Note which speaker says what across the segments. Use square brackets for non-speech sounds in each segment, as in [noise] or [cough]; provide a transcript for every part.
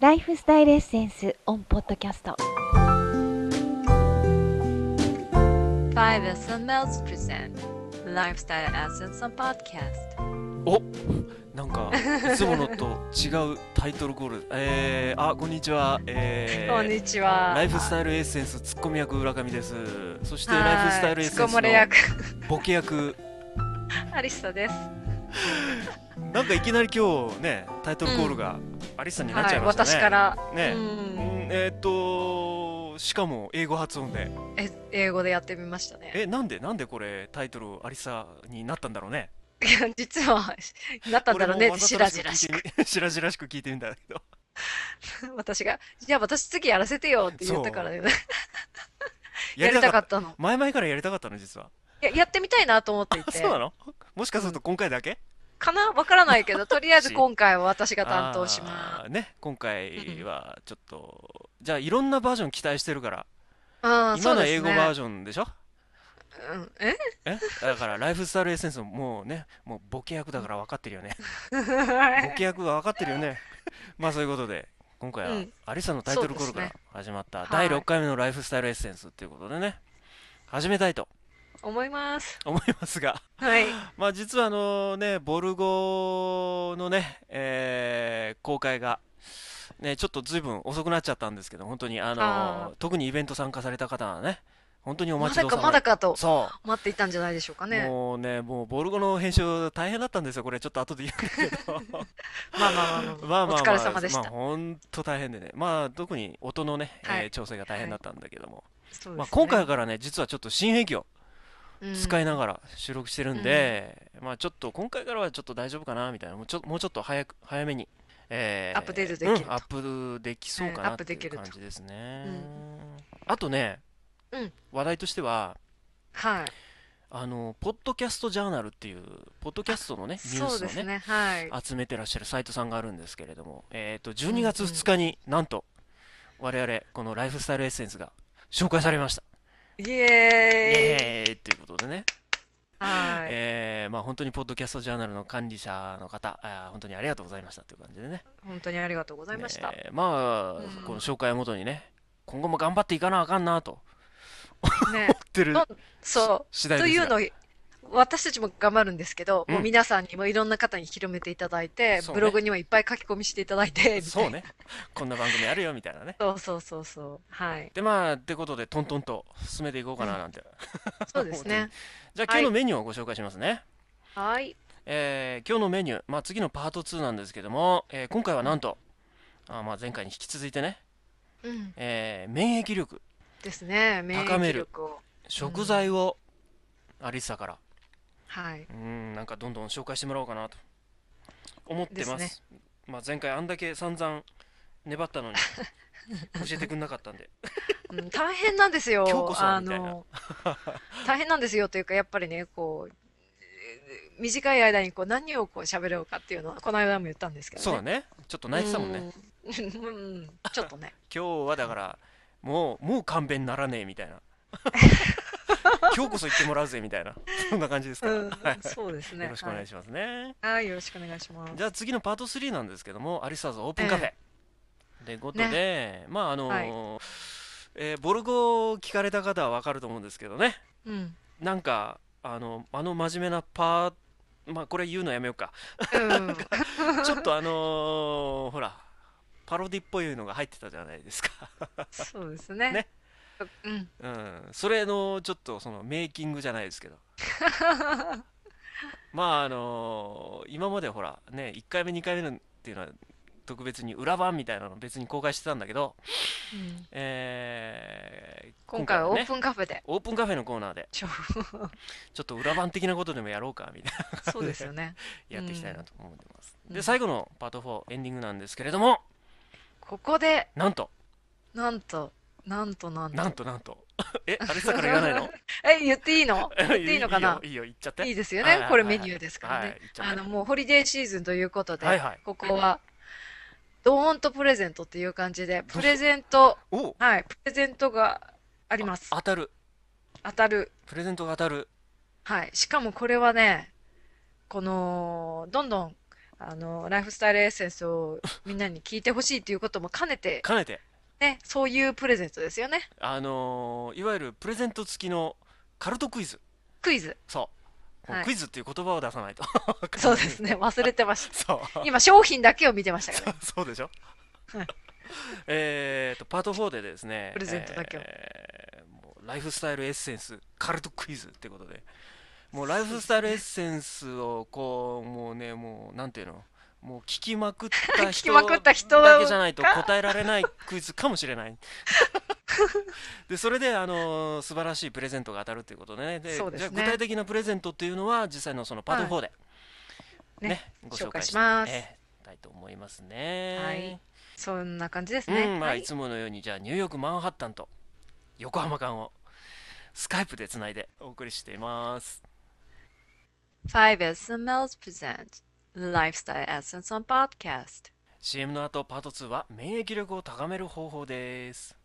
Speaker 1: ライフスタイルエッセンスオンポッドキャスト
Speaker 2: Five SMLs present Lifestyle Essence on Podcast
Speaker 3: おなんかいつものと違うタイトルゴールえー、あこんにちはえー、
Speaker 2: こんにちは
Speaker 3: ライフスタイルエッセンスツッコミ役浦上ですそして
Speaker 2: はい
Speaker 3: ライフスタイルエッセン
Speaker 2: つ
Speaker 3: ス
Speaker 2: こもれ役
Speaker 3: のボケ役
Speaker 2: アリスタです
Speaker 3: なんかいきなり今日ねタイトルゴールがアリスさんになっ
Speaker 2: は
Speaker 3: ちゃい
Speaker 2: い
Speaker 3: ましたね、
Speaker 2: 私から
Speaker 3: ね
Speaker 2: う
Speaker 3: うんんえー、っとしかも英語発音で
Speaker 2: え英語でやってみましたね
Speaker 3: えなんでなんでこれタイトルアリサになったんだろうね
Speaker 2: いや [laughs] 実はなったんだろうね
Speaker 3: 俺もわ
Speaker 2: し
Speaker 3: ざと
Speaker 2: らじらしく
Speaker 3: 聞い [laughs] てみしらじらしく聞いてみたんだけど
Speaker 2: 私が「じゃあ私次やらせてよ」って言ったからねや
Speaker 3: や
Speaker 2: り
Speaker 3: り
Speaker 2: たか
Speaker 3: たか
Speaker 2: っ
Speaker 3: った
Speaker 2: の
Speaker 3: 前々からやりたかったの実は
Speaker 2: ややってみたいなと思ってい
Speaker 3: あ
Speaker 2: て
Speaker 3: そうなのもしかすると今回だけ
Speaker 2: かなわからないけどとりあ
Speaker 3: [laughs]
Speaker 2: えず今回は私が担当しま
Speaker 3: あーね、今回はちょっと、じゃあいろんなバージョン期待してるから、
Speaker 2: すうんそ
Speaker 3: 今
Speaker 2: う
Speaker 3: の
Speaker 2: で
Speaker 3: 英
Speaker 2: す
Speaker 3: 語バー
Speaker 2: ね
Speaker 3: ジョンでしょ [laughs]
Speaker 2: うんえ
Speaker 3: えだからライフスタイルエッセンスももうね、もうボケ役だから分かってるよね。
Speaker 2: [laughs]
Speaker 3: ボケ役は分かってるよね。 [laughs] まあそういうことで、今回
Speaker 2: う
Speaker 3: は
Speaker 2: ん
Speaker 3: アリサのタイトルコール
Speaker 2: そう
Speaker 3: から
Speaker 2: で
Speaker 3: 始まった
Speaker 2: い
Speaker 3: 第6回目のライフスタイルエッセンスっていうことでね、始めたいと
Speaker 2: 思います
Speaker 3: 思いますが、
Speaker 2: はい
Speaker 3: まあ実はあのね、ボルゴのね、えー公開が、ね、ちょっと随分遅くなっちゃったんですけど、本当にあの
Speaker 2: あー
Speaker 3: 特にイベント参加された方はね、本当にお
Speaker 2: ま
Speaker 3: 待ち
Speaker 2: だ
Speaker 3: どう
Speaker 2: か
Speaker 3: さ
Speaker 2: ま
Speaker 3: ま
Speaker 2: だかと
Speaker 3: そ
Speaker 2: 待っていたんじゃないでしょうか
Speaker 3: う、
Speaker 2: ね。
Speaker 3: もうね、もうボルゴの編集大変だったんですよ、これちょっと後で言うんだけど。
Speaker 2: まあまあ [laughs] まあまあ。
Speaker 3: まあまあ
Speaker 2: お疲れ様でした
Speaker 3: まあ本当大変でね、まあ特に音のね、えー
Speaker 2: はい
Speaker 3: 調整が大変だったんだけども、
Speaker 2: そうですね
Speaker 3: まあ今回からね、実はちょっと新兵器を使いな
Speaker 2: が
Speaker 3: がら収録してるんで、まあちょっと今回からはちょっと大丈夫かなみたいなもうちょもうちょっと早く早めに、えー
Speaker 2: アップデートできると
Speaker 3: うんアップできそうか
Speaker 2: うんア
Speaker 3: な
Speaker 2: ッ
Speaker 3: っ
Speaker 2: プ
Speaker 3: て
Speaker 2: で
Speaker 3: い
Speaker 2: きる
Speaker 3: う
Speaker 2: と
Speaker 3: 感じですね、
Speaker 2: う
Speaker 3: あとね、
Speaker 2: うん
Speaker 3: 話題としては
Speaker 2: ら、はい、
Speaker 3: あのポッドキャストジャーナルっていうポッドキャストのねニュー
Speaker 2: そう
Speaker 3: スを
Speaker 2: です
Speaker 3: ね
Speaker 2: ね、はい。
Speaker 3: 集めてらっしゃるサイトさんがあるんですけれども、えー、と
Speaker 2: うん
Speaker 3: 12月2日になんと我々この「ライフスタイルエッセンス」が紹介されました、
Speaker 2: イエーイ、
Speaker 3: イエーイということでね
Speaker 2: はい、
Speaker 3: えーまあ、本当にポッドキャストジャーナルの管理者の方、あー本当にありがとうございましたという感じでね。
Speaker 2: 本当にありがとうございました。
Speaker 3: えーまあ、
Speaker 2: うん
Speaker 3: この紹介をもとにね、今後も頑張っていかなあかんなと
Speaker 2: ね、
Speaker 3: 思ってる
Speaker 2: どんそ
Speaker 3: 次
Speaker 2: う。
Speaker 3: 第
Speaker 2: と
Speaker 3: です
Speaker 2: い
Speaker 3: が
Speaker 2: うのを私たちも頑張るんですけど、
Speaker 3: うん
Speaker 2: もう皆さんにもいろんな方に広めていただいて、
Speaker 3: そうね
Speaker 2: ブログにもいっぱい書き込みしていただいて、みたい
Speaker 3: そ
Speaker 2: な
Speaker 3: う。ね、こんな番組あるよみたい
Speaker 2: [laughs]
Speaker 3: なね。
Speaker 2: そうそうそうそう。
Speaker 3: [laughs]
Speaker 2: はい。
Speaker 3: で、まあ、ってことで、トントンと進めていこうかななんて。
Speaker 2: そうですね。
Speaker 3: じゃあ、今日のメニューをご紹介しますね。
Speaker 2: はい。
Speaker 3: えー今日のメニュー、まあ、次のパート2なんですけども、えー今回はなんと、あーまあ、前回に引き続いてね、
Speaker 2: うん。
Speaker 3: えー免疫力、
Speaker 2: ですね。免
Speaker 3: 高
Speaker 2: 疫
Speaker 3: める
Speaker 2: 力を。
Speaker 3: 食材を、アリサから。
Speaker 2: はい。
Speaker 3: うん、なんかどんどん紹介してもらおうかなと思ってます。
Speaker 2: です
Speaker 3: まあ前回あんだけ散々粘っ
Speaker 2: [laughs]
Speaker 3: たのに教えてくんなかったんで。
Speaker 2: うん大変なんですよ。
Speaker 3: 今日こそはみたいな
Speaker 2: あの大変なんですよというか、やっぱりね、こう、えー短い間にこう何をこう喋ろうかっていうのは、この間も言ったんですけど
Speaker 3: そうだ
Speaker 2: ね。
Speaker 3: ね。ちょっと泣いてたもんね。
Speaker 2: うん。うんちょっとね。
Speaker 3: 今日はだからもうもう勘弁ならねえみた
Speaker 2: [laughs]
Speaker 3: いな。今日こそ言ってもらうぜみたいな。そんな感じですか
Speaker 2: う
Speaker 3: ら。
Speaker 2: ん
Speaker 3: はい、
Speaker 2: そうですね。
Speaker 3: よろしくお願い
Speaker 2: し
Speaker 3: しますね。
Speaker 2: ます。はい、よろしくお願いします。
Speaker 3: じゃあ次のパート3なんですけども、アリスターズオープンカフェ。ということで、まああのーえーボルゴを聞かれた方はわかると思うんですけどね。
Speaker 2: うん。
Speaker 3: なんかあのあの真面目なパーまあこれ言うのやめよう
Speaker 2: [laughs]
Speaker 3: か
Speaker 2: うん。
Speaker 3: ちょっとあのーほらパロディっぽいのが入ってたじゃないですか、 [laughs]
Speaker 2: そうですね。
Speaker 3: ね
Speaker 2: うん。
Speaker 3: うん、それのちょっとそのメイキングじゃないです
Speaker 2: [laughs]
Speaker 3: けどまああのー今までほらね1回目2回目のっていうのは特別に裏版みたいなの別に公開してたんだけど、
Speaker 2: うん
Speaker 3: えー
Speaker 2: 今回はオープ
Speaker 3: ン
Speaker 2: ンカフェで。
Speaker 3: オープンカフェのコーナーで
Speaker 2: ちょ
Speaker 3: ちょっと裏版的なことでもやろうかみたいな
Speaker 2: そうですよね。
Speaker 3: やっていきたいなと思ってます。
Speaker 2: うんう
Speaker 3: で、
Speaker 2: ん
Speaker 3: 最後のパート4、エンディングなんですけれども、
Speaker 2: ここで、
Speaker 3: なんと、
Speaker 2: なんと、なんとなんと。
Speaker 3: なんとなんと、 [laughs] え、あれさから言わないの
Speaker 2: え、言っていいの [laughs] 言っていいのかな
Speaker 3: [laughs] いいよ、いいよ言っちゃって。
Speaker 2: いいですよ
Speaker 3: はい
Speaker 2: ね
Speaker 3: はい。
Speaker 2: これメニューですから
Speaker 3: はい
Speaker 2: ね
Speaker 3: はい。言っちゃっ
Speaker 2: あ
Speaker 3: て
Speaker 2: の、もうホリデーシーズンということで、
Speaker 3: はいはい
Speaker 2: ここは、ドーンとプレゼントっていう感じで、プレゼント、
Speaker 3: お
Speaker 2: はい、プレゼントがあります。
Speaker 3: 当たる。
Speaker 2: 当たる。
Speaker 3: プレゼントが当たる。
Speaker 2: はい。しかもこれはね、この、どんどんあの、ライフスタイルエッセンスをみんなに聞いてほしいということも兼ねて、
Speaker 3: かねて、
Speaker 2: ね、そういうプレゼントですよね。
Speaker 3: あのーいわゆるプレゼント付きのカルトクイズ。
Speaker 2: クイズ。
Speaker 3: そう。
Speaker 2: はい
Speaker 3: クイズっていう言葉を出さないと。
Speaker 2: [laughs] そうですね。忘れてました。
Speaker 3: [laughs] そう。
Speaker 2: 今、商品だけを見てましたからね。
Speaker 3: [laughs] そうでしょ
Speaker 2: はい
Speaker 3: えーと、パート4でですね、
Speaker 2: プレゼントだけを
Speaker 3: えーもうライフスタイルエッセンス、カルトクイズってことで、もうライフスタイルエッセンスをこう、もうね、もう、なんていうの、もう聞きまくった
Speaker 2: [laughs] 聞き
Speaker 3: 人
Speaker 2: まくった人
Speaker 3: だけじゃないと
Speaker 2: が
Speaker 3: 答えられないクイズかもし
Speaker 2: [laughs]
Speaker 3: れない。で、それで、あのー素晴らしいプレゼントが当たるっていうことでね、で
Speaker 2: そうです
Speaker 3: じゃ
Speaker 2: ね
Speaker 3: あ具体的なプレゼントっていうのは、実際のそのパート4で、
Speaker 2: ね
Speaker 3: ね、ご紹
Speaker 2: 紹介
Speaker 3: 介
Speaker 2: し
Speaker 3: し
Speaker 2: ます
Speaker 3: ええたいと思いますね。
Speaker 2: はいそんな感じです
Speaker 3: う
Speaker 2: ね。
Speaker 3: んまあ、
Speaker 2: はいい。
Speaker 3: つものようにじゃあニューヨークマンハッタンと横浜間をスカイプでつないでお送りしています。
Speaker 2: Five SMLs present Lifestyle Essence on Podcast.
Speaker 3: CM の後パート2は免疫力を高める方法です。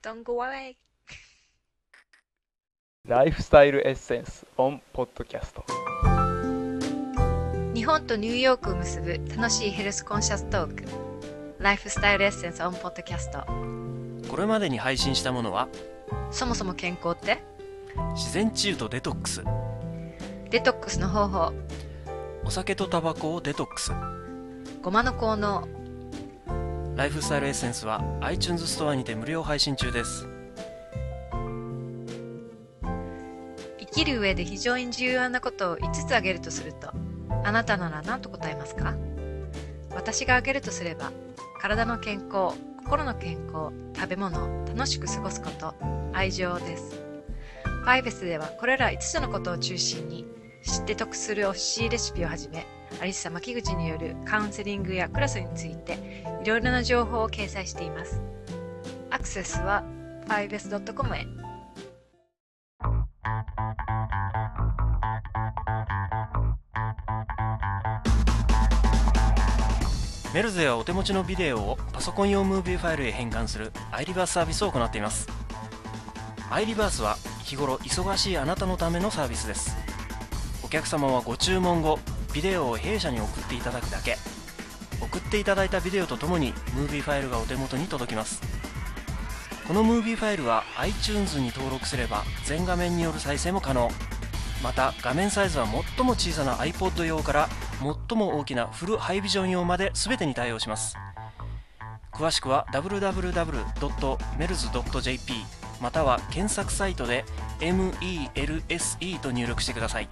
Speaker 2: Don't go away.
Speaker 4: ライフスタイルエッセンスオンポッドキャスト
Speaker 2: 日本とニューヨークを結ぶ楽しいヘルスコンシャストーク。ライフスタイルエッセンスオンポッドキャスト。
Speaker 3: これまでに配信したものは
Speaker 2: そもそも健康って
Speaker 3: 自然治癒とデトックス、
Speaker 2: デトックスの方法、
Speaker 3: お酒とタバコをデトックス、
Speaker 2: ごまの効能、
Speaker 3: ライフスタイルエッセンスは iTunes ストアにて無料配信中です。
Speaker 2: 生きる上で非常に重要なことを5つ挙げるとすると、あなたなら何と答えますか私が挙げるとすれば、体の健康、心の健康、食べ物、楽しく過ごすこと、愛情です。ファイベスではこれら5つのことを中心に、知って得するおしいレシピをはじめ、アリッサ牧口によるカウンセリングやクラスについて、いろいろな情報を掲載しています。アクセスは 5s.com へ。
Speaker 3: メルゼはお手持ちのビデオをパソコン用ムービーファイルへ変換するアイリバースサービスを行っていますアイリバースは日頃忙しいあなたのためのサービスですお客様はご注文後ビデオを弊社に送っていただくだけ送っていただいたビデオとともにムービーファイルがお手元に届きますこのムービーファイルは iTunes に登録すれば全画面による再生も可能また画面サイズは最も小さな iPod 用から最も大きなフルハイビジョン用まで全てに対応します詳しくは www.mels.jp または検索サイトで MELSE と入力してください